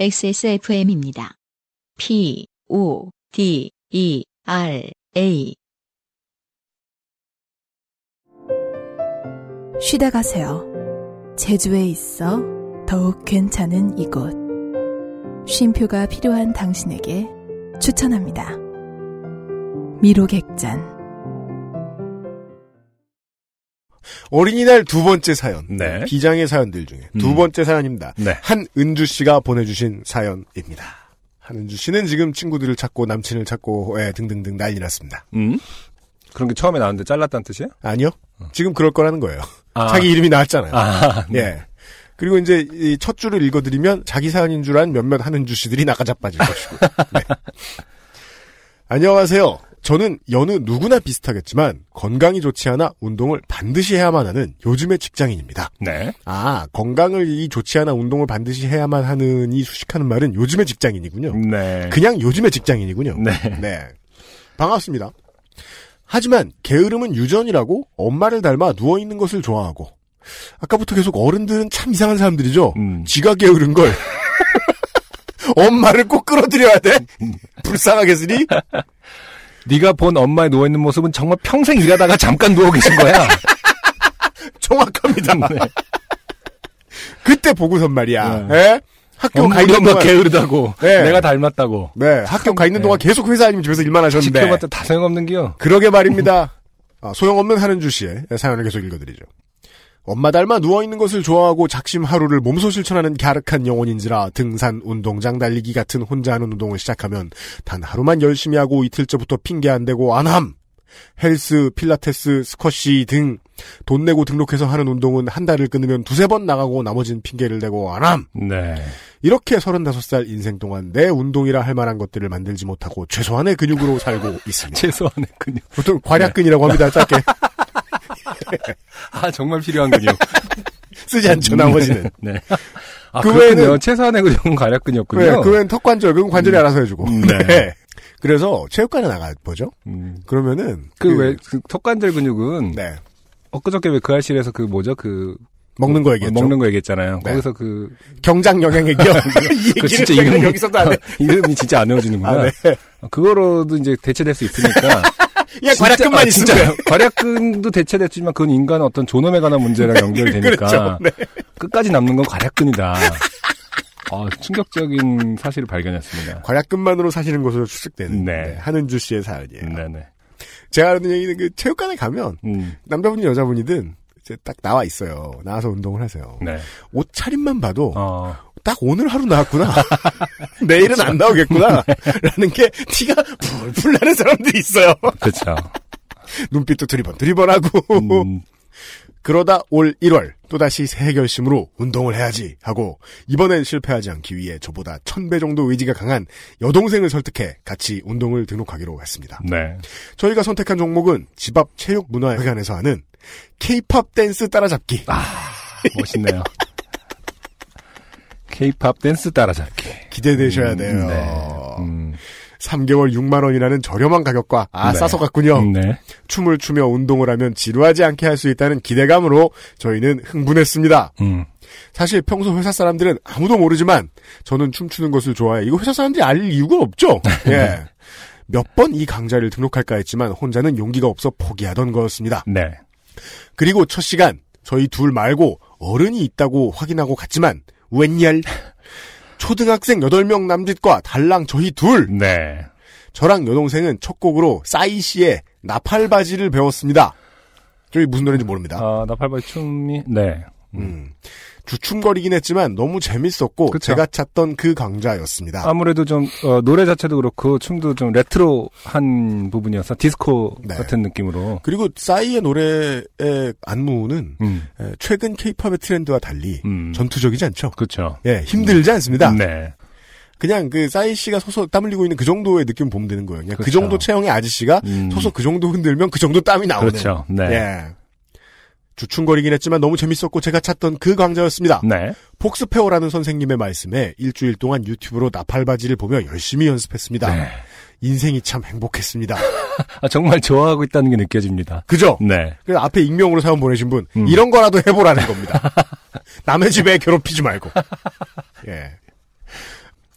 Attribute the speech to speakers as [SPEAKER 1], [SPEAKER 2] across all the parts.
[SPEAKER 1] XSFM입니다. P, O, D, E, R, A.
[SPEAKER 2] 쉬다 가세요. 제주에 있어 더욱 괜찮은 이곳. 쉼표가 필요한 당신에게 추천합니다. 미로객잔.
[SPEAKER 3] 어린이날 두 번째 사연.
[SPEAKER 4] 네.
[SPEAKER 3] 비장의 사연들 중에 두
[SPEAKER 4] 음.
[SPEAKER 3] 번째 사연입니다.
[SPEAKER 4] 네.
[SPEAKER 3] 한은주 씨가 보내주신 사연입니다. 한은주 씨는 지금 친구들을 찾고 남친을 찾고 예, 등등등 난리 났습니다.
[SPEAKER 4] 음? 그런 게 처음에 나왔는데 잘랐다는 뜻이야?
[SPEAKER 3] 아니요. 지금 그럴 거라는 거예요.
[SPEAKER 4] 어. 아.
[SPEAKER 3] 자기 이름이 나왔잖아요.
[SPEAKER 4] 아, 네.
[SPEAKER 3] 예. 그리고 이제 이 첫 줄을 읽어드리면 자기 사연인 줄 안 몇몇 한은주 씨들이 나가자빠질 것이고. 네. 안녕하세요. 저는 여느 누구나 비슷하겠지만 건강이 좋지 않아 운동을 반드시 해야만 하는 요즘의 직장인입니다.
[SPEAKER 4] 네.
[SPEAKER 3] 아, 건강을 이 좋지 않아 운동을 반드시 해야만 하는 이 수식하는 말은 요즘의 직장인이군요.
[SPEAKER 4] 네.
[SPEAKER 3] 그냥 요즘의 직장인이군요.
[SPEAKER 4] 네.
[SPEAKER 3] 네. 반갑습니다. 하지만 게으름은 유전이라고 엄마를 닮아 누워있는 것을 좋아하고 아까부터 계속 어른들은 참 이상한 사람들이죠.
[SPEAKER 4] 음.
[SPEAKER 3] 지가 게으른 걸 엄마를 꼭 끌어들여야 돼. 불쌍하겠으니
[SPEAKER 4] 네가 본 엄마의 누워 있는 모습은 정말 평생 일하다가 잠깐 누워 계신 거야.
[SPEAKER 3] 정확합니다.
[SPEAKER 4] 네.
[SPEAKER 3] 그때 보고선 말이야.
[SPEAKER 4] 네.
[SPEAKER 3] 예? 학교
[SPEAKER 4] 엄마
[SPEAKER 3] 가
[SPEAKER 4] 우리
[SPEAKER 3] 있는
[SPEAKER 4] 엄마
[SPEAKER 3] 동안
[SPEAKER 4] 게으르다고.
[SPEAKER 3] 네.
[SPEAKER 4] 내가 닮았다고.
[SPEAKER 3] 네, 학교 가 있는 동안 계속 회사 아니면 집에서 일만 하셨는데
[SPEAKER 4] 지켜봤자 다 소용없는 기요.
[SPEAKER 3] 그러게 말입니다. 아, 소용없는 하는주 씨의 사연을 계속 읽어드리죠. 엄마 닮아 누워있는 것을 좋아하고 작심 하루를 몸소 실천하는 갸륵한 영혼인지라 등산, 운동장 달리기 같은 혼자 하는 운동을 시작하면 단 하루만 열심히 하고 이틀째부터 핑계 안 대고 안함! 헬스, 필라테스, 스쿼시 등 돈 내고 등록해서 하는 운동은 한 달을 끊으면 두세 번 나가고 나머진 핑계를 대고 안함!
[SPEAKER 4] 네.
[SPEAKER 3] 이렇게 35살 인생 동안 내 운동이라 할 만한 것들을 만들지 못하고 최소한의 근육으로 살고 있습니다.
[SPEAKER 4] 최소한의 근육.
[SPEAKER 3] 보통 과략근이라고 합니다.
[SPEAKER 4] 네.
[SPEAKER 3] 짧게
[SPEAKER 4] 아, 정말 필요한 근육.
[SPEAKER 3] 쓰지 않죠. 나머지는.
[SPEAKER 4] 네. 아,
[SPEAKER 3] 그
[SPEAKER 4] 그 외에는 네,
[SPEAKER 3] 외에는-
[SPEAKER 4] 최소한의 근육은 가략 근육군요.
[SPEAKER 3] 왜? 네, 그웬 턱관절, 그건 관절이 알아서 해주고.
[SPEAKER 4] 네.
[SPEAKER 3] 그래서 체육관에 나가 보죠.
[SPEAKER 4] 음.
[SPEAKER 3] 그러면은
[SPEAKER 4] 그 왜, 그 턱관절 근육은
[SPEAKER 3] 네
[SPEAKER 4] 엊그저께 왜 그 알실에서 그 뭐죠? 그
[SPEAKER 3] 먹는 거 얘기했죠.
[SPEAKER 4] 먹는 거 얘기했잖아요.
[SPEAKER 3] 네.
[SPEAKER 4] 거기서 그
[SPEAKER 3] 경장 영양 얘기요. 이
[SPEAKER 4] 그
[SPEAKER 3] 얘기를
[SPEAKER 4] 진짜
[SPEAKER 3] 맨날
[SPEAKER 4] 이름이
[SPEAKER 3] 여기서도 안 해.
[SPEAKER 4] 이름이 진짜 안 외워지는구나.
[SPEAKER 3] 네.
[SPEAKER 4] 어,
[SPEAKER 3] 아, 네.
[SPEAKER 4] 그거로도 이제 대체될 수 있으니까.
[SPEAKER 3] 그냥 과략근만 있으면
[SPEAKER 4] 진짜 과략근도 대체됐지만 그건 인간의 어떤 존엄에 관한 문제랑 연결되니까
[SPEAKER 3] 그렇죠. 네.
[SPEAKER 4] 끝까지 남는 건 과략근이다. 아, 충격적인 사실을 발견했습니다.
[SPEAKER 3] 과략근만으로 사시는 것으로 추측되는
[SPEAKER 4] 네.
[SPEAKER 3] 네, 한은주 씨의 사연이에요.
[SPEAKER 4] 네네.
[SPEAKER 3] 제가 아는 얘기는 그 체육관에 가면
[SPEAKER 4] 음,
[SPEAKER 3] 남자분이 여자분이든 이제 딱 나와 있어요. 나와서 운동을 하세요.
[SPEAKER 4] 네.
[SPEAKER 3] 옷차림만 봐도
[SPEAKER 4] 어,
[SPEAKER 3] 딱 오늘 하루 나왔구나. 내일은 안 나오겠구나.
[SPEAKER 4] 네.
[SPEAKER 3] 라는 게 티가 풀풀 나는 사람들이 있어요.
[SPEAKER 4] 그쵸.
[SPEAKER 3] 눈빛도 드리번 드리번하고.
[SPEAKER 4] 그렇죠. 음,
[SPEAKER 3] 그러다 올 1월 또다시 새 결심으로 운동을 해야지 하고 이번엔 실패하지 않기 위해 저보다 1000배 정도 의지가 강한 여동생을 설득해 같이 운동을 등록하기로 했습니다.
[SPEAKER 4] 네.
[SPEAKER 3] 저희가 선택한 종목은 집 앞 체육문화회관에서 하는 케이팝 댄스 따라잡기.
[SPEAKER 4] 아, 멋있네요. 케이팝 댄스 따라잡기.
[SPEAKER 3] 네, 기대되셔야 돼요.
[SPEAKER 4] 음,
[SPEAKER 3] 3개월 6만 원이라는 저렴한 가격과 아
[SPEAKER 4] 네.
[SPEAKER 3] 싸서 갔군요.
[SPEAKER 4] 네.
[SPEAKER 3] 춤을 추며 운동을 하면 지루하지 않게 할 수 있다는 기대감으로 저희는 흥분했습니다.
[SPEAKER 4] 음,
[SPEAKER 3] 사실 평소 회사 사람들은 아무도 모르지만 저는 춤추는 것을 좋아해. 이거 회사 사람들이 알 이유가 없죠. 예. 몇 번 이 강좌를 등록할까 했지만 혼자는 용기가 없어 포기하던 거였습니다.
[SPEAKER 4] 네.
[SPEAKER 3] 그리고 첫 시간 저희 둘 말고 어른이 있다고 확인하고 갔지만 웬열 초등학생 8명 남짓과 달랑 저희 둘
[SPEAKER 4] 네.
[SPEAKER 3] 저랑 여동생은 첫 곡으로 싸이 씨의 나팔바지를 배웠습니다. 저기 무슨 노래인지 모릅니다.
[SPEAKER 4] 아, 나팔바지 춤이, 네.
[SPEAKER 3] 음. 주춤거리긴 했지만 너무 재밌었고
[SPEAKER 4] 그쵸.
[SPEAKER 3] 제가 찾던 그 강좌였습니다.
[SPEAKER 4] 아무래도 좀, 어, 노래 자체도 그렇고, 춤도 좀 레트로한 부분이어서, 디스코
[SPEAKER 3] 네.
[SPEAKER 4] 같은 느낌으로.
[SPEAKER 3] 그리고 싸이의 노래의 안무는
[SPEAKER 4] 음,
[SPEAKER 3] 에, 최근 케이팝의 트렌드와 달리
[SPEAKER 4] 음.
[SPEAKER 3] 전투적이지 않죠.
[SPEAKER 4] 그쵸.
[SPEAKER 3] 예, 힘들지 않습니다.
[SPEAKER 4] 네.
[SPEAKER 3] 그냥 그 싸이 씨가 소소 땀 흘리고 있는 그 정도의 느낌 보면 되는 거예요. 그냥 그
[SPEAKER 4] 그쵸.
[SPEAKER 3] 정도 체형의 아저씨가
[SPEAKER 4] 음.
[SPEAKER 3] 소소 그 정도 흔들면 그 정도 땀이 나오는.
[SPEAKER 4] 그렇죠. 네.
[SPEAKER 3] 예. 주춤거리긴 했지만 너무 재밌었고 제가 찾던 그 강좌였습니다.
[SPEAKER 4] 네.
[SPEAKER 3] 폭스페어라는 선생님의 말씀에 일주일 동안 유튜브로 나팔바지를 보며 열심히 연습했습니다.
[SPEAKER 4] 네.
[SPEAKER 3] 인생이 참 행복했습니다.
[SPEAKER 4] 아, 정말 좋아하고 있다는 게 느껴집니다.
[SPEAKER 3] 그죠?
[SPEAKER 4] 네.
[SPEAKER 3] 그래서 앞에 익명으로 사연 보내신 분
[SPEAKER 4] 음.
[SPEAKER 3] 이런 거라도 해보라는 겁니다. 남의 집에 괴롭히지 말고. 예.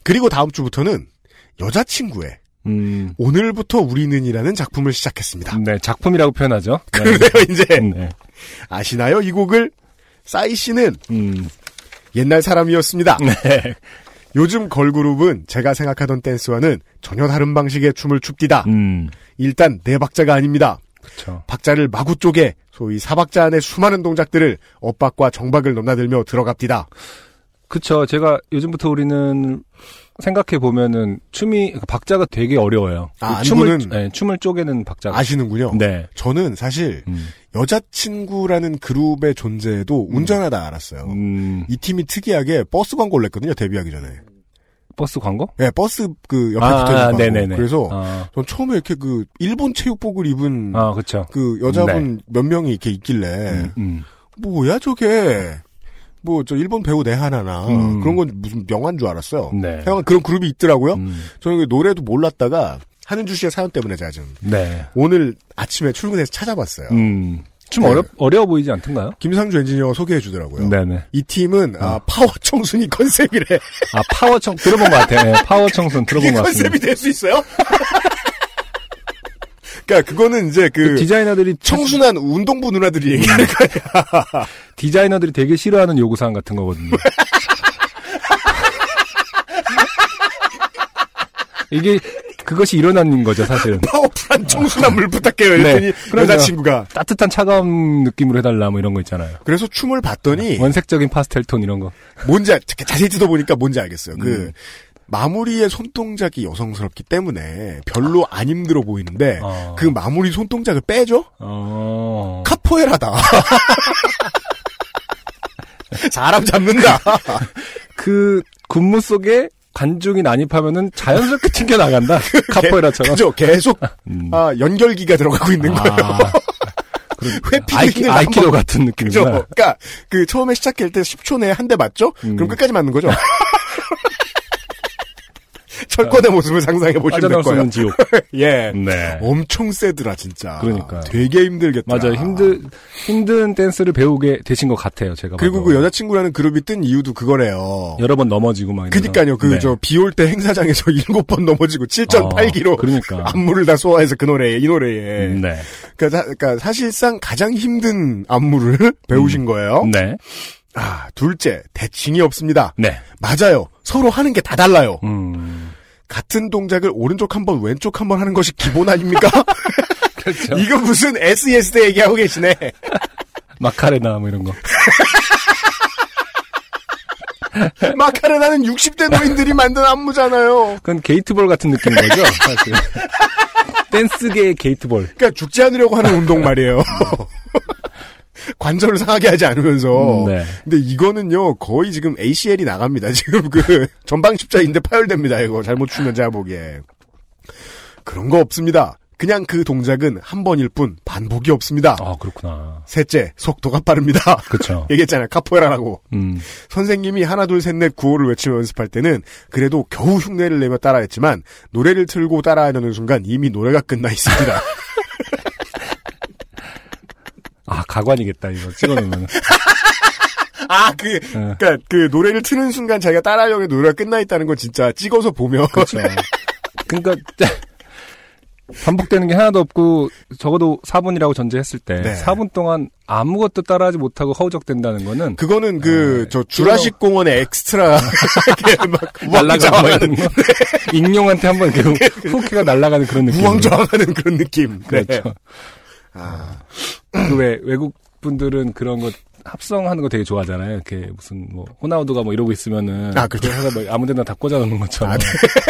[SPEAKER 3] 그리고 다음 주부터는 여자친구의
[SPEAKER 4] 음,
[SPEAKER 3] 오늘부터 우리는이라는 작품을 시작했습니다.
[SPEAKER 4] 네, 작품이라고 표현하죠.
[SPEAKER 3] 그래요, 이제.
[SPEAKER 4] 네. 네.
[SPEAKER 3] 아시나요, 이 곡을? 싸이 씨는
[SPEAKER 4] 음,
[SPEAKER 3] 옛날 사람이었습니다.
[SPEAKER 4] 네.
[SPEAKER 3] 요즘 걸그룹은 제가 생각하던 댄스와는 전혀 다른 방식의 춤을 춥디다.
[SPEAKER 4] 음, 그렇죠.
[SPEAKER 3] 일단 네 박자가 아닙니다.
[SPEAKER 4] 그쵸.
[SPEAKER 3] 박자를 마구 쪼개 소위 사박자 안의 수많은 동작들을 엇박과 정박을 넘나들며 들어갑디다.
[SPEAKER 4] 그쵸. 제가 요즘부터 우리는 생각해 보면은 춤이 그러니까 박자가 되게 어려워요.
[SPEAKER 3] 아,
[SPEAKER 4] 이 춤을
[SPEAKER 3] 안무는-
[SPEAKER 4] 네, 춤을 쪼개는 박자가.
[SPEAKER 3] 아시는군요.
[SPEAKER 4] 네.
[SPEAKER 3] 저는 사실
[SPEAKER 4] 음,
[SPEAKER 3] 여자친구라는 그룹의 존재도 운전하다 알았어요.
[SPEAKER 4] 음,
[SPEAKER 3] 이 팀이 특이하게 버스 광고를 냈거든요. 데뷔하기 전에.
[SPEAKER 4] 버스 광고?
[SPEAKER 3] 네, 버스 그 옆에 붙어
[SPEAKER 4] 아,
[SPEAKER 3] 있는 광고.
[SPEAKER 4] 네네네.
[SPEAKER 3] 그래서
[SPEAKER 4] 아,
[SPEAKER 3] 전 처음에 이렇게 그 일본 체육복을 입은
[SPEAKER 4] 아 그쵸.
[SPEAKER 3] 그 여자분 몇 명이 이렇게 있길래
[SPEAKER 4] 네. 음, 음.
[SPEAKER 3] 뭐야 저게 뭐 저 일본 배우 내하나나
[SPEAKER 4] 음.
[SPEAKER 3] 그런 건 무슨 명화인 줄 알았어요.
[SPEAKER 4] 네.
[SPEAKER 3] 그냥 그런 그룹이 있더라고요.
[SPEAKER 4] 음,
[SPEAKER 3] 저는 그 노래도 몰랐다가 하는주 씨의 사연 때문에 제가 지금
[SPEAKER 4] 네.
[SPEAKER 3] 오늘 아침에 출근해서 찾아봤어요.
[SPEAKER 4] 음. 좀
[SPEAKER 3] 네.
[SPEAKER 4] 어려, 어려워 보이지 않던가요?
[SPEAKER 3] 김상주 엔지니어가 소개해 주더라고요.
[SPEAKER 4] 네네. 음.
[SPEAKER 3] 이 팀은 아, 파워 청순이 컨셉이래.
[SPEAKER 4] 아, 파워 청, 들어본 것 같아요. 예, 파워 청순
[SPEAKER 3] 이게
[SPEAKER 4] 들어본 것 같습니다.
[SPEAKER 3] 컨셉이 될 수 있어요? 그러니까 그거는 이제 그
[SPEAKER 4] 디자이너들이,
[SPEAKER 3] 청순한 운동부
[SPEAKER 4] 음.
[SPEAKER 3] 누나들이 얘기하는 거
[SPEAKER 4] 디자이너들이 되게 싫어하는 요구사항 같은 거거든요. 이게, 그것이 일어난 거죠, 사실은.
[SPEAKER 3] 파워풀한 청순함을 부탁해요.
[SPEAKER 4] 네.
[SPEAKER 3] 이랬더니
[SPEAKER 4] 그럼요.
[SPEAKER 3] 여자친구가
[SPEAKER 4] 따뜻한 차가운 느낌으로 해달라, 뭐 이런 거 있잖아요.
[SPEAKER 3] 그래서 춤을
[SPEAKER 4] 아,
[SPEAKER 3] 봤더니
[SPEAKER 4] 원색적인 파스텔 톤 이런 거.
[SPEAKER 3] 뭔지 알- 자- 자세히 뜯어보니까 뭔지 알겠어요. 그
[SPEAKER 4] 음.
[SPEAKER 3] 마무리의 손동작이 여성스럽기 때문에 별로 안 힘들어 보이는데
[SPEAKER 4] 어.
[SPEAKER 3] 그 마무리 손동작을 빼죠?
[SPEAKER 4] 어.
[SPEAKER 3] 카포에라다. 사람 잡는다.
[SPEAKER 4] 그, 군무 속에 관중이 난입하면은 자연스럽게 튕겨나간다. 카포에라처럼.
[SPEAKER 3] 그죠? 계속
[SPEAKER 4] 음.
[SPEAKER 3] 아, 연결기가 들어가고 있는 거예요. 회피도
[SPEAKER 4] 아. 아이키,
[SPEAKER 3] 있는
[SPEAKER 4] 아이키도
[SPEAKER 3] 한번-
[SPEAKER 4] 같은
[SPEAKER 3] 그죠?
[SPEAKER 4] 느낌이구나.
[SPEAKER 3] 그러니까 그 처음에 시작할 때 10초 내에 한 대 맞죠? 그럼
[SPEAKER 4] 음.
[SPEAKER 3] 끝까지 맞는 거죠. 철권의 모습을 상상해 보시면 될
[SPEAKER 4] 빠져나올 수
[SPEAKER 3] 거예요.
[SPEAKER 4] 없는 지옥.
[SPEAKER 3] 예.
[SPEAKER 4] 네.
[SPEAKER 3] 엄청 세더라 진짜.
[SPEAKER 4] 그러니까요.
[SPEAKER 3] 되게 힘들겠다.
[SPEAKER 4] 맞아요. 힘들, 힘든 댄스를 배우게 되신 것 같아요, 제가.
[SPEAKER 3] 그리고
[SPEAKER 4] 봐도.
[SPEAKER 3] 그 여자친구라는 그룹이 뜬 이유도 그거래요.
[SPEAKER 4] 여러 번 넘어지고 막. 이러면서.
[SPEAKER 3] 그니까요. 그
[SPEAKER 4] 네.
[SPEAKER 3] 저 비 올 때 행사장에서 일곱 번 넘어지고 7.8기로
[SPEAKER 4] 어, 그러니까.
[SPEAKER 3] 안무를 다 소화해서 그 노래에 이 노래에.
[SPEAKER 4] 네. 네.
[SPEAKER 3] 그러니까, 사, 그러니까 사실상 가장 힘든 안무를 배우신 거예요.
[SPEAKER 4] 네.
[SPEAKER 3] 아 둘째 대칭이 없습니다.
[SPEAKER 4] 네.
[SPEAKER 3] 맞아요. 서로 하는 게 다 달라요.
[SPEAKER 4] 음.
[SPEAKER 3] 같은 동작을 오른쪽 한 번, 왼쪽 한 번 하는 것이 기본 아닙니까?
[SPEAKER 4] 그렇죠.
[SPEAKER 3] 이거 무슨 SES 대 얘기하고 계시네.
[SPEAKER 4] 마카레나 뭐 이런 거.
[SPEAKER 3] 마카레나는 60대 노인들이 만든 안무잖아요.
[SPEAKER 4] 그건 게이트볼 같은 느낌인 거죠, 사실. 댄스계의 게이트볼.
[SPEAKER 3] 그러니까 죽지 않으려고 하는 운동 말이에요. 관절을 상하게 하지 않으면서.
[SPEAKER 4] 음, 네.
[SPEAKER 3] 근데 이거는요, 거의 지금 ACL이 나갑니다. 지금 그, 전방 십자인데 파열됩니다. 이거 잘못 추면 제가 보기에. 그런 거 없습니다. 그냥 그 동작은 한 번일 뿐 반복이 없습니다.
[SPEAKER 4] 아, 그렇구나.
[SPEAKER 3] 셋째, 속도가 빠릅니다.
[SPEAKER 4] 그쵸.
[SPEAKER 3] 얘기했잖아요. 카포에라라고.
[SPEAKER 4] 음.
[SPEAKER 3] 선생님이 하나 둘 셋 넷 구호를 외치며 연습할 때는 그래도 겨우 흉내를 내며 따라했지만 노래를 틀고 따라하려는 순간 이미 노래가 끝나 있습니다.
[SPEAKER 4] 아, 가관이겠다, 이거 찍어놓으면.
[SPEAKER 3] 아, 그, 그니까, 그, 노래를 트는 순간 자기가 따라하려는 노래가 끝나 있다는 건 진짜 찍어서 보면.
[SPEAKER 4] 그렇죠. 그러니까 반복되는 게 하나도 없고 적어도 4분이라고 전제했을 때
[SPEAKER 3] 네.
[SPEAKER 4] 4분 동안 아무것도 따라하지 못하고 허우적된다는 거는
[SPEAKER 3] 그거는 그, 저, 주라식 공원의 엑스트라. 이렇게 막,
[SPEAKER 4] 날라가는
[SPEAKER 3] 우왕좌왕하는,
[SPEAKER 4] 거. 익룡한테 한번 그 후키가 날아가는 그런 느낌.
[SPEAKER 3] 우왕좌왕하는 그런 느낌. 네.
[SPEAKER 4] 그렇죠.
[SPEAKER 3] 아,
[SPEAKER 4] 그왜 외국 분들은 그런 거 합성하는 거 되게 좋아하잖아요. 이렇게 무슨 뭐 호나우두가 뭐 이러고 있으면은
[SPEAKER 3] 아, 그렇죠. 네.
[SPEAKER 4] 그래서 막 아무데나 다 꽂아 놓는 것처럼.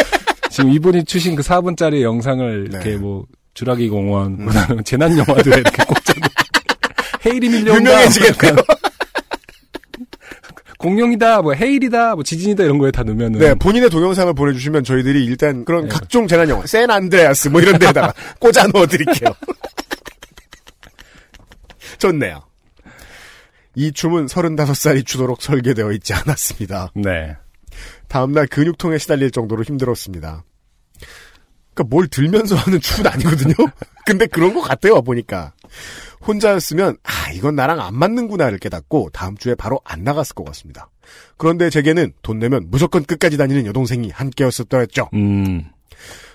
[SPEAKER 4] 지금 이분이 추신 그 4분짜리 영상을
[SPEAKER 3] 네.
[SPEAKER 4] 이렇게 뭐 주라기 공원, 그다음에 재난 영화들에 이렇게 꽂아 놓 헤일이 밀려온다.
[SPEAKER 3] 유명해지겠네요.
[SPEAKER 4] 공룡이다, 뭐 헤일이다, 뭐 지진이다 이런 거에 다 넣으면은
[SPEAKER 3] 네, 본인의 동영상을 보내주시면 저희들이 일단 그런 각종 재난영화, 센 안드레아스 뭐 이런 데다가 꽂아 넣어드릴게요. 좋네요. 이 춤은 35살이 추도록 설계되어 있지 않았습니다.
[SPEAKER 4] 네.
[SPEAKER 3] 다음날 근육통에 시달릴 정도로 힘들었습니다. 그러니까 뭘 들면서 하는 춤은 아니거든요. 근데 그런 것 같아요 보니까 혼자였으면 아 이건 나랑 안 맞는구나를 깨닫고 다음 주에 바로 안 나갔을 것 같습니다. 그런데 제게는 돈 내면 무조건 끝까지 다니는 여동생이 함께였었다 했죠.
[SPEAKER 4] 음.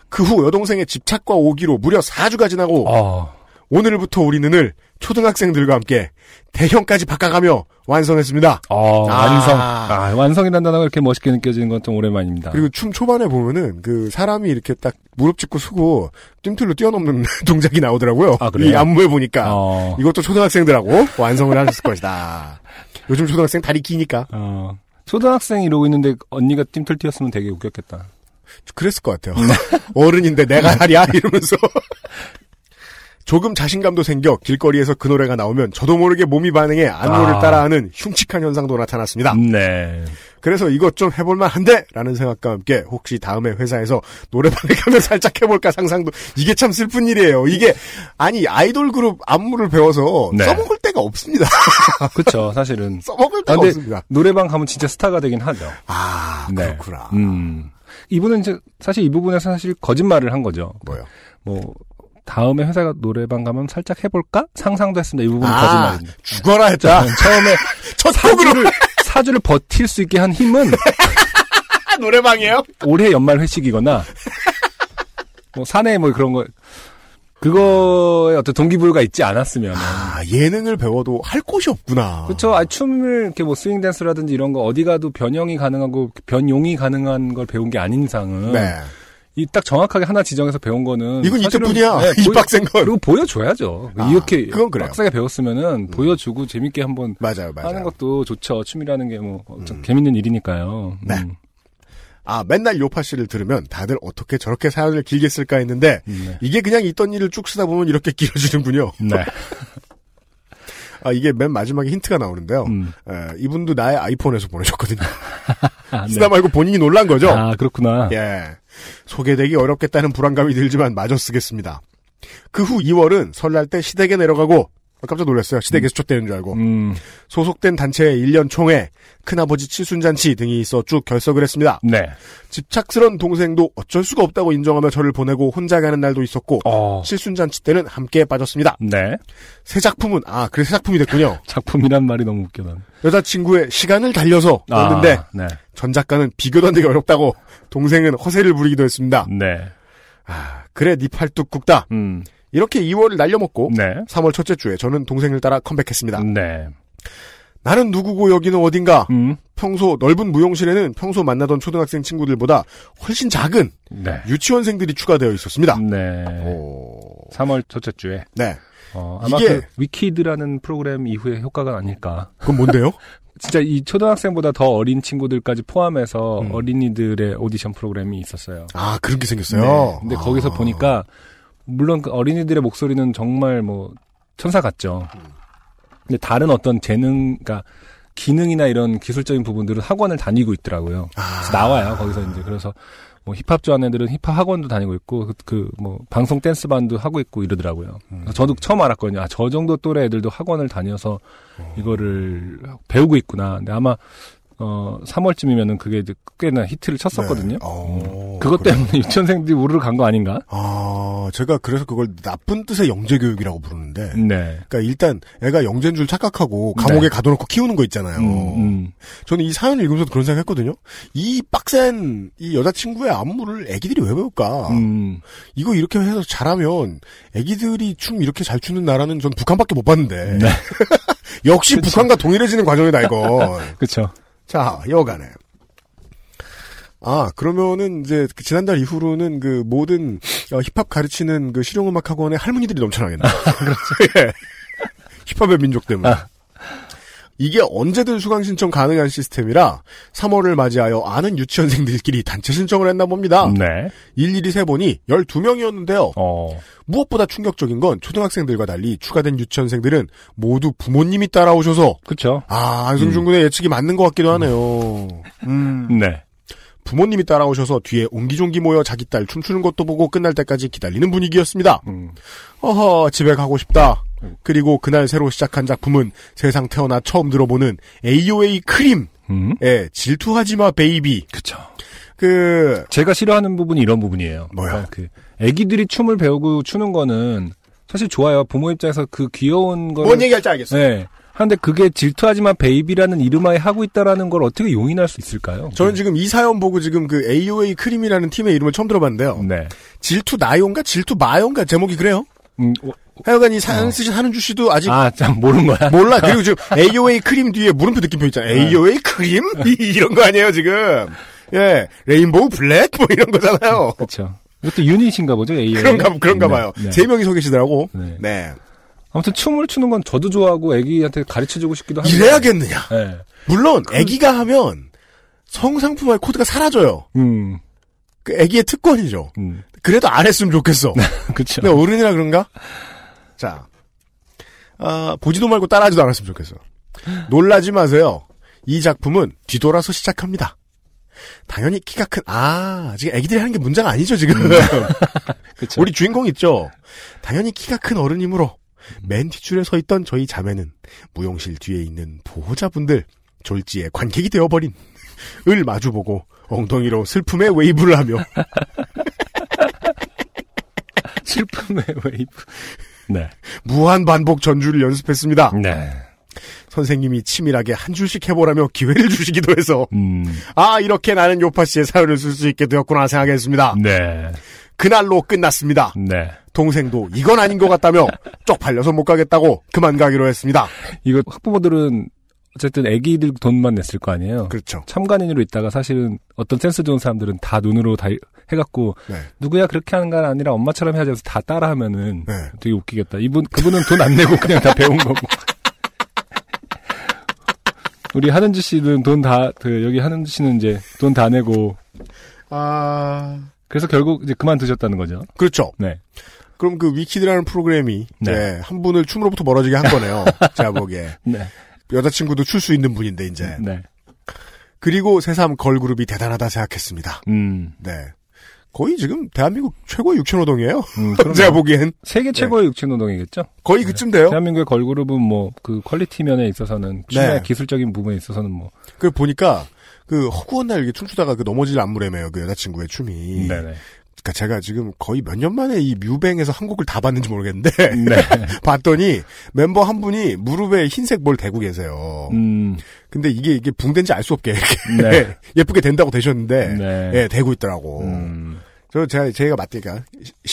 [SPEAKER 3] 그 후 여동생의 집착과 오기로 무려 4주가 지나고
[SPEAKER 4] 어.
[SPEAKER 3] 오늘부터 우리 는을 초등학생들과 함께 대형까지 바꿔가며 완성했습니다.
[SPEAKER 4] 어,
[SPEAKER 3] 아.
[SPEAKER 4] 완성. 아, 완성이라는 단어가 이렇게 멋있게 느껴지는 건 좀 오랜만입니다.
[SPEAKER 3] 그리고 춤 초반에 보면은 그 사람이 이렇게 딱 무릎 짚고 서고 뜀틀로 뛰어넘는 동작이 나오더라고요.
[SPEAKER 4] 아, 그래요?
[SPEAKER 3] 이 안무에 보니까
[SPEAKER 4] 어.
[SPEAKER 3] 이것도 초등학생들하고 완성을 하셨을 것이다. 요즘 초등학생 다리 기니까
[SPEAKER 4] 어. 초등학생 이러고 있는데 언니가 뜀틀 뛰었으면 되게 웃겼겠다.
[SPEAKER 3] 그랬을 것 같아요.
[SPEAKER 4] 네.
[SPEAKER 3] 어른인데 내가 다리야 이러면서 조금 자신감도 생겨 길거리에서 그 노래가 나오면 저도 모르게 몸이 반응해 안무를
[SPEAKER 4] 아.
[SPEAKER 3] 따라하는 흉측한 현상도 나타났습니다.
[SPEAKER 4] 네.
[SPEAKER 3] 그래서 이것 좀 해볼만 한데? 라는 생각과 함께 혹시 다음에 회사에서 노래방에 가면 살짝 해볼까 상상도 이게 참 슬픈 일이에요. 이게 아니 아이돌 그룹 안무를 배워서
[SPEAKER 4] 네.
[SPEAKER 3] 써먹을 데가 없습니다.
[SPEAKER 4] 아, 그쵸, 사실은.
[SPEAKER 3] 써먹을
[SPEAKER 4] 아,
[SPEAKER 3] 데가
[SPEAKER 4] 근데
[SPEAKER 3] 없습니다.
[SPEAKER 4] 노래방 가면 진짜 스타가 되긴 하죠.
[SPEAKER 3] 아
[SPEAKER 4] 네.
[SPEAKER 3] 그렇구나.
[SPEAKER 4] 음. 이분은 이제 사실 이 부분에서 사실 거짓말을 한 거죠.
[SPEAKER 3] 뭐요?
[SPEAKER 4] 뭐 다음에 회사가 노래방 가면 살짝 해볼까 상상도 했습니다. 이 부분은
[SPEAKER 3] 아
[SPEAKER 4] 거짓말입니다.
[SPEAKER 3] 죽어라 했다.
[SPEAKER 4] 처음에
[SPEAKER 3] 첫 곡으로
[SPEAKER 4] 사주를 사주를 버틸 수 있게 한 힘은
[SPEAKER 3] 노래방이에요?
[SPEAKER 4] 올해 연말 회식이거나 뭐 사내 뭐 그런 거 그거에 어떤 동기부여가 있지 않았으면
[SPEAKER 3] 아 예능을 배워도 할 곳이 없구나.
[SPEAKER 4] 그렇죠. 아 춤을 이렇게 뭐 스윙 댄스라든지 이런 거 어디 가도 변형이 가능하고 변용이 가능한 걸 배운 게 아닌 이상은
[SPEAKER 3] 네.
[SPEAKER 4] 이 딱 정확하게 하나 지정해서 배운 거는
[SPEAKER 3] 이건
[SPEAKER 4] 음, 사실은-
[SPEAKER 3] 이때뿐이야.
[SPEAKER 4] 네,
[SPEAKER 3] 이
[SPEAKER 4] 보여-
[SPEAKER 3] 빡센 건.
[SPEAKER 4] 그리고 보여줘야죠.
[SPEAKER 3] 아,
[SPEAKER 4] 이렇게
[SPEAKER 3] 그건 그래요. 음.
[SPEAKER 4] 빡세게 배웠으면은 보여주고 재밌게 한번
[SPEAKER 3] 맞아요, 맞아요.
[SPEAKER 4] 하는 것도 좋죠. 춤이라는 게뭐 재밌는 일이니까요.
[SPEAKER 3] 네.
[SPEAKER 4] 음,
[SPEAKER 3] 아 맨날 요파 씨를 들으면 다들 어떻게 저렇게 사연을 길게 쓸까 했는데
[SPEAKER 4] 네.
[SPEAKER 3] 예. 이게 그냥 있던 일을 쭉 쓰다 보면 이렇게 길어지는군요.
[SPEAKER 4] 네.
[SPEAKER 3] 아 이게 맨 마지막에 힌트가 나오는데요.
[SPEAKER 4] 음.
[SPEAKER 3] 에, 이분도 나의 아이폰에서 보내셨거든요.
[SPEAKER 4] 아, 네.
[SPEAKER 3] 쓰다 말고 본인이 놀란 거죠.
[SPEAKER 4] 아, 그렇구나.
[SPEAKER 3] 네. 예. 소개되기 어렵겠다는 불안감이 들지만 마저 쓰겠습니다. 그 후 2월은 설날 때 시댁에 내려가고 아, 깜짝 놀랐어요. 시댁에서 쫓대는 줄 알고
[SPEAKER 4] 음,
[SPEAKER 3] 소속된 단체의 1년 총회, 큰아버지 칠순잔치 등이 있어 쭉 결석을 했습니다.
[SPEAKER 4] 네.
[SPEAKER 3] 집착스런 동생도 어쩔 수가 없다고 인정하며 저를 보내고 혼자 가는 날도 있었고
[SPEAKER 4] 어.
[SPEAKER 3] 칠순잔치 때는 함께 빠졌습니다.
[SPEAKER 4] 네.
[SPEAKER 3] 새 작품은 아 그래 새 작품이 됐군요.
[SPEAKER 4] 작품이란 말이 너무 웃겨 난.
[SPEAKER 3] 여자친구의 시간을 달려서
[SPEAKER 4] 아,
[SPEAKER 3] 였는데
[SPEAKER 4] 네.
[SPEAKER 3] 전 작가는 비교도 안 되게 어렵다고 동생은 허세를 부리기도 했습니다.
[SPEAKER 4] 네.
[SPEAKER 3] 그래 니 팔뚝 굽다
[SPEAKER 4] 음.
[SPEAKER 3] 이렇게 2월을 날려먹고
[SPEAKER 4] 네.
[SPEAKER 3] 3월 첫째 주에 저는 동생을 따라 컴백했습니다.
[SPEAKER 4] 네.
[SPEAKER 3] 나는 누구고 여기는 어딘가
[SPEAKER 4] 음.
[SPEAKER 3] 평소 넓은 무용실에는 평소 만나던 초등학생 친구들보다 훨씬 작은
[SPEAKER 4] 네.
[SPEAKER 3] 유치원생들이 추가되어 있었습니다.
[SPEAKER 4] 네.
[SPEAKER 3] 오.
[SPEAKER 4] 3월 첫째 주에
[SPEAKER 3] 네.
[SPEAKER 4] 어, 아마
[SPEAKER 3] 이게-
[SPEAKER 4] 그 위키드라는 프로그램 이후의 효과가 아닐까.
[SPEAKER 3] 그건 뭔데요?
[SPEAKER 4] 진짜 이 초등학생보다 더 어린 친구들까지 포함해서
[SPEAKER 3] 음.
[SPEAKER 4] 어린이들의 오디션 프로그램이 있었어요.
[SPEAKER 3] 아, 그런 게 생겼어요?
[SPEAKER 4] 네. 근데 거기서
[SPEAKER 3] 아.
[SPEAKER 4] 보니까 물론 그 어린이들의 목소리는 정말 뭐 천사 같죠. 근데 다른 어떤 재능, 그러니까 기능이나 이런 기술적인 부분들은 학원을 다니고 있더라고요.
[SPEAKER 3] 아.
[SPEAKER 4] 그래서 나와요 거기서 이제 그래서 뭐 힙합 좋아하는 애들은 힙합 학원도 다니고 있고 그 뭐 방송 댄스 반도 하고 있고 이러더라고요. 그래서 저도 처음 알았거든요. 아 저 정도 또래 애들도 학원을 다녀서 이거를 배우고 있구나. 근데 아마 어 3월쯤이면은 그게 이제 꽤나 히트를 쳤었거든요.
[SPEAKER 3] 네.
[SPEAKER 4] 음.
[SPEAKER 3] 어,
[SPEAKER 4] 그것
[SPEAKER 3] 그래요?
[SPEAKER 4] 때문에 유치원생들이 우르르 간 거 아닌가?
[SPEAKER 3] 아, 제가 그래서 그걸 나쁜 뜻의 영재교육이라고 부르는데.
[SPEAKER 4] 네.
[SPEAKER 3] 그러니까 일단 애가 영재인 줄 착각하고 감옥에
[SPEAKER 4] 네.
[SPEAKER 3] 가둬놓고 키우는 거 있잖아요.
[SPEAKER 4] 음,
[SPEAKER 3] 저는 이 사연을 읽으면서 그런 생각했거든요. 이 빡센 이 여자친구의 안무를 애기들이 왜 배울까?
[SPEAKER 4] 음, 음.
[SPEAKER 3] 이거 이렇게 해서 잘하면 애기들이 춤 이렇게 잘 추는 나라는 전 북한밖에 못 봤는데.
[SPEAKER 4] 네.
[SPEAKER 3] 역시
[SPEAKER 4] 그치.
[SPEAKER 3] 북한과 동일해지는 과정이다 이거.
[SPEAKER 4] 그쵸.
[SPEAKER 3] 자, 여간에. 아, 그러면은 이제 그 지난달 이후로는 그 모든 어, 힙합 가르치는 그 실용음악 학원에 할머니들이 넘쳐나겠네. 그렇죠. 힙합의 민족 때문에.
[SPEAKER 4] 아.
[SPEAKER 3] 이게 언제든 수강 신청 가능한 시스템이라 3월을 맞이하여 아는 유치원생들끼리 단체 신청을 했나 봅니다.
[SPEAKER 4] 네.
[SPEAKER 3] 일일이 세보니 12명이었는데요.
[SPEAKER 4] 어.
[SPEAKER 3] 무엇보다 충격적인 건 초등학생들과 달리 추가된 유치원생들은 모두 부모님이 따라오셔서
[SPEAKER 4] 그쵸.
[SPEAKER 3] 아, 안승준 군의 예측이 맞는 것 같기도 하네요. 음.
[SPEAKER 4] 네.
[SPEAKER 3] 부모님이 따라오셔서 뒤에 옹기종기 모여 자기 딸 춤추는 것도 보고 끝날 때까지 기다리는 분위기였습니다.
[SPEAKER 4] 음.
[SPEAKER 3] 어허, 집에 가고 싶다. 그리고 그날 새로 시작한 작품은 세상 태어나 처음 들어보는 AOA 크림의
[SPEAKER 4] 음.
[SPEAKER 3] 질투하지마 베이비.
[SPEAKER 4] 그쵸.
[SPEAKER 3] 그,
[SPEAKER 4] 제가 싫어하는 부분이 이런 부분이에요.
[SPEAKER 3] 뭐요?
[SPEAKER 4] 그러니까 그 애기들이 춤을 배우고 추는 거는 사실 좋아요. 부모 입장에서 그 귀여운 거를
[SPEAKER 3] 뭔 얘기할지 알겠어.
[SPEAKER 4] 네. 그런데 그게 질투하지만 베이비라는 이름하에 하고 있다라는 걸 어떻게 용인할 수 있을까요?
[SPEAKER 3] 저는 지금 이 사연 보고 지금 그 AOA 크림이라는 팀의 이름을 처음 들어봤는데요.
[SPEAKER 4] 네.
[SPEAKER 3] 질투 나요인가 질투 마요인가 제목이 그래요.
[SPEAKER 4] 음, 어,
[SPEAKER 3] 하여간 이 사연 쓰신 한은주 씨도 아직
[SPEAKER 4] 아, 참 모르는 거야.
[SPEAKER 3] 몰라. 그리고 지금 AOA 크림 뒤에 물음표 느낌표 있잖아요. AOA 크림? 이- 이런 거 아니에요, 지금. 예. 레인보우 블랙? 뭐 이런 거잖아요.
[SPEAKER 4] 그렇죠. 이것도 유닛인가 보죠, a
[SPEAKER 3] 그런가, 그런가 봐요. 세 명이서 계시더라고.
[SPEAKER 4] 네.
[SPEAKER 3] 네.
[SPEAKER 4] 아무튼 춤을 추는 건 저도 좋아하고 애기한테 가르쳐 주고 싶기도 하고.
[SPEAKER 3] 이래야겠느냐.
[SPEAKER 4] 예.
[SPEAKER 3] 물론, 애기가 하면 성상품화의 코드가 사라져요.
[SPEAKER 4] 음.
[SPEAKER 3] 그 애기의 특권이죠.
[SPEAKER 4] 음.
[SPEAKER 3] 그래도 안 했으면 좋겠어.
[SPEAKER 4] 그렇죠.
[SPEAKER 3] 근데 어른이라 그런가? 자. 아, 보지도 말고 따라하지도 않았으면 좋겠어. 놀라지 마세요. 이 작품은 뒤돌아서 시작합니다. 당연히 키가 큰, 아, 지금 애기들이 하는 게 문제가 아니죠, 지금.
[SPEAKER 4] 그렇죠.
[SPEAKER 3] 우리 주인공 있죠? 당연히 키가 큰 어른이므로 맨 뒷줄에 서 있던 저희 자매는 무용실 뒤에 있는 보호자분들, 졸지에 관객이 되어버린, 을 마주보고 엉덩이로 슬픔의 웨이브를 하며
[SPEAKER 4] 슬픔의 웨이브. 네.
[SPEAKER 3] 무한 반복 전주를 연습했습니다.
[SPEAKER 4] 네.
[SPEAKER 3] 선생님이 치밀하게 한 줄씩 해보라며 기회를 주시기도 해서
[SPEAKER 4] 음.
[SPEAKER 3] 아 이렇게 나는 요파 씨의 사연을 쓸 수 있게 되었구나 생각했습니다.
[SPEAKER 4] 네.
[SPEAKER 3] 그날로 끝났습니다.
[SPEAKER 4] 네.
[SPEAKER 3] 동생도 이건 아닌 것 같다며 쪽팔려서 못 가겠다고 그만 가기로 했습니다.
[SPEAKER 4] 이거 학부모들은 어쨌든 애기들 돈만 냈을 거 아니에요.
[SPEAKER 3] 그렇죠.
[SPEAKER 4] 참관인으로 있다가 사실은 어떤 센스 좋은 사람들은 다 눈으로 다 해갖고
[SPEAKER 3] 네.
[SPEAKER 4] 누구야 그렇게 하는 건 아니라 엄마처럼 해야지 해서 다 따라하면은
[SPEAKER 3] 네.
[SPEAKER 4] 되게 웃기겠다. 이분 그분은 돈 안 내고 그냥 다 배운 거고. 우리 하는주 씨는 돈 다 그 여기 하는주 씨는 이제 돈 다 내고
[SPEAKER 3] 아
[SPEAKER 4] 그래서 결국 이제 그만두셨다는 거죠.
[SPEAKER 3] 그렇죠.
[SPEAKER 4] 네.
[SPEAKER 3] 그럼 그 위키드라는 프로그램이
[SPEAKER 4] 네.
[SPEAKER 3] 예, 한 분을 춤으로부터 멀어지게 한 거네요. 제가 보기에
[SPEAKER 4] 네.
[SPEAKER 3] 여자친구도 출 수 있는 분인데 이제
[SPEAKER 4] 네.
[SPEAKER 3] 그리고 새삼 걸그룹이 대단하다 생각했습니다.
[SPEAKER 4] 음.
[SPEAKER 3] 네. 거의 지금 대한민국 최고의 육천호동이에요.
[SPEAKER 4] 음
[SPEAKER 3] 제가
[SPEAKER 4] 그러면
[SPEAKER 3] 보기엔
[SPEAKER 4] 세계 최고의 육체노동이겠죠.
[SPEAKER 3] 거의 그쯤 돼요.
[SPEAKER 4] 대한민국의 걸그룹은 뭐 그 퀄리티 면에 있어서는 춤의
[SPEAKER 3] 네.
[SPEAKER 4] 기술적인 부분에 있어서는 뭐
[SPEAKER 3] 그 보니까 그 허구한 날 이렇게 춤추다가 그 넘어질 안무래매요 그 여자친구의 춤이.
[SPEAKER 4] 네네.
[SPEAKER 3] 그러니까 제가 지금 거의 몇 년 만에 이 뮤뱅에서 한 곡을 다 봤는지 모르겠는데
[SPEAKER 4] 네.
[SPEAKER 3] 봤더니 멤버 한 분이 무릎에 흰색 뭘 대고 계세요.
[SPEAKER 4] 음.
[SPEAKER 3] 근데 이게 이게 붕댄지 알 수 없게 이렇게
[SPEAKER 4] 네.
[SPEAKER 3] 예쁘게 된다고 되셨는데
[SPEAKER 4] 네.
[SPEAKER 3] 예 대고 있더라고.
[SPEAKER 4] 음.
[SPEAKER 3] 저 제가 제가 맞대니까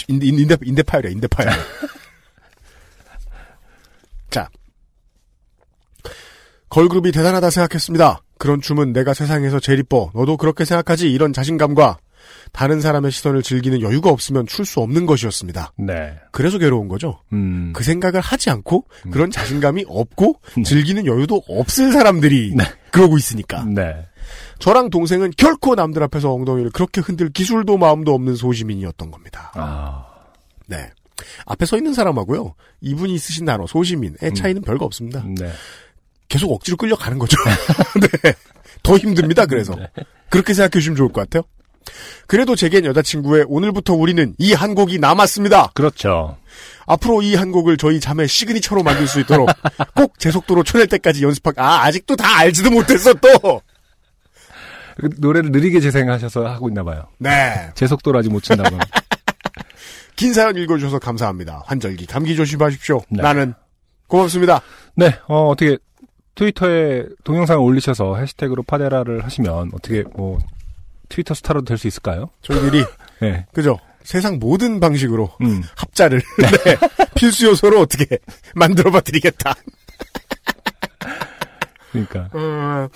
[SPEAKER 3] 인데 인데 인데 파열이야 인데 파열. 자 걸그룹이 대단하다 생각했습니다. 그런 춤은 내가 세상에서 제일 이뻐. 너도 그렇게 생각하지. 이런 자신감과 다른 사람의 시선을 즐기는 여유가 없으면 출 수 없는 것이었습니다.
[SPEAKER 4] 네.
[SPEAKER 3] 그래서 괴로운 거죠.
[SPEAKER 4] 음.
[SPEAKER 3] 그 생각을 하지 않고 그런 자신감이 없고
[SPEAKER 4] 음.
[SPEAKER 3] 즐기는 여유도 없을 사람들이
[SPEAKER 4] 네.
[SPEAKER 3] 그러고 있으니까.
[SPEAKER 4] 네.
[SPEAKER 3] 저랑 동생은 결코 남들 앞에서 엉덩이를 그렇게 흔들 기술도 마음도 없는 소시민이었던 겁니다.
[SPEAKER 4] 아.
[SPEAKER 3] 네. 앞에 서 있는 사람하고요. 이분이 쓰신 단어 소시민의 차이는 별거 없습니다.
[SPEAKER 4] 네.
[SPEAKER 3] 계속 억지로 끌려가는 거죠. 네. 더 힘듭니다. 그래서 그렇게 생각해 주시면 좋을 것 같아요. 그래도 제겐 여자친구의 오늘부터 우리는 이 한 곡이 남았습니다.
[SPEAKER 4] 그렇죠.
[SPEAKER 3] 앞으로 이 한 곡을 저희 자매 시그니처로 만들 수 있도록 꼭 제 속도로 쳐낼 때까지 연습하. 아 아직도 다 알지도 못했어 또.
[SPEAKER 4] 그 노래를 느리게 재생하셔서 하고 있나 봐요.
[SPEAKER 3] 네.
[SPEAKER 4] 제 속도로 아직 못 친다고.
[SPEAKER 3] 긴 사연 읽어주셔서 감사합니다. 환절기 감기 조심하십시오.
[SPEAKER 4] 네.
[SPEAKER 3] 나는 고맙습니다.
[SPEAKER 4] 네. 어, 어떻게 트위터에 동영상을 올리셔서 해시태그로 파데라를 하시면 어떻게 뭐 트위터 스타로 될 수 있을까요?
[SPEAKER 3] 저희들이
[SPEAKER 4] 네.
[SPEAKER 3] 그죠? 세상 모든 방식으로
[SPEAKER 4] 음.
[SPEAKER 3] 합자를 네. 필수 요소로 어떻게 만들어봐드리겠다.
[SPEAKER 4] 그러니까.
[SPEAKER 3] 음,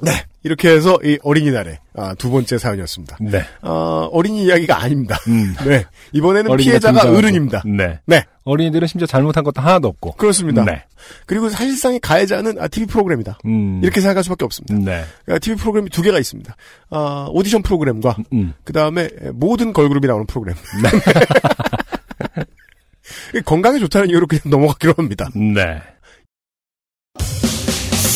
[SPEAKER 3] 네 이렇게 해서 이 어린이날의 아, 두 번째 사연이었습니다.
[SPEAKER 4] 네.
[SPEAKER 3] 어, 어린이 이야기가 아닙니다.
[SPEAKER 4] 음.
[SPEAKER 3] 네 이번에는
[SPEAKER 4] 어린이가
[SPEAKER 3] 피해자가
[SPEAKER 4] 등장하고.
[SPEAKER 3] 어른입니다.
[SPEAKER 4] 네.
[SPEAKER 3] 네
[SPEAKER 4] 어린이들은 심지어 잘못한 것도 하나도 없고.
[SPEAKER 3] 그렇습니다.
[SPEAKER 4] 네.
[SPEAKER 3] 그리고 사실상의 가해자는 아, TV 프로그램이다.
[SPEAKER 4] 음.
[SPEAKER 3] 이렇게 생각할 수밖에 없습니다.
[SPEAKER 4] 네.
[SPEAKER 3] 그러니까 TV 프로그램이 두 개가 있습니다. 아, 오디션 프로그램과
[SPEAKER 4] 음.
[SPEAKER 3] 그 다음에 모든 걸그룹이 나오는 프로그램. 건강에 좋다는 이유로 그냥 넘어가기로 합니다.
[SPEAKER 4] 네.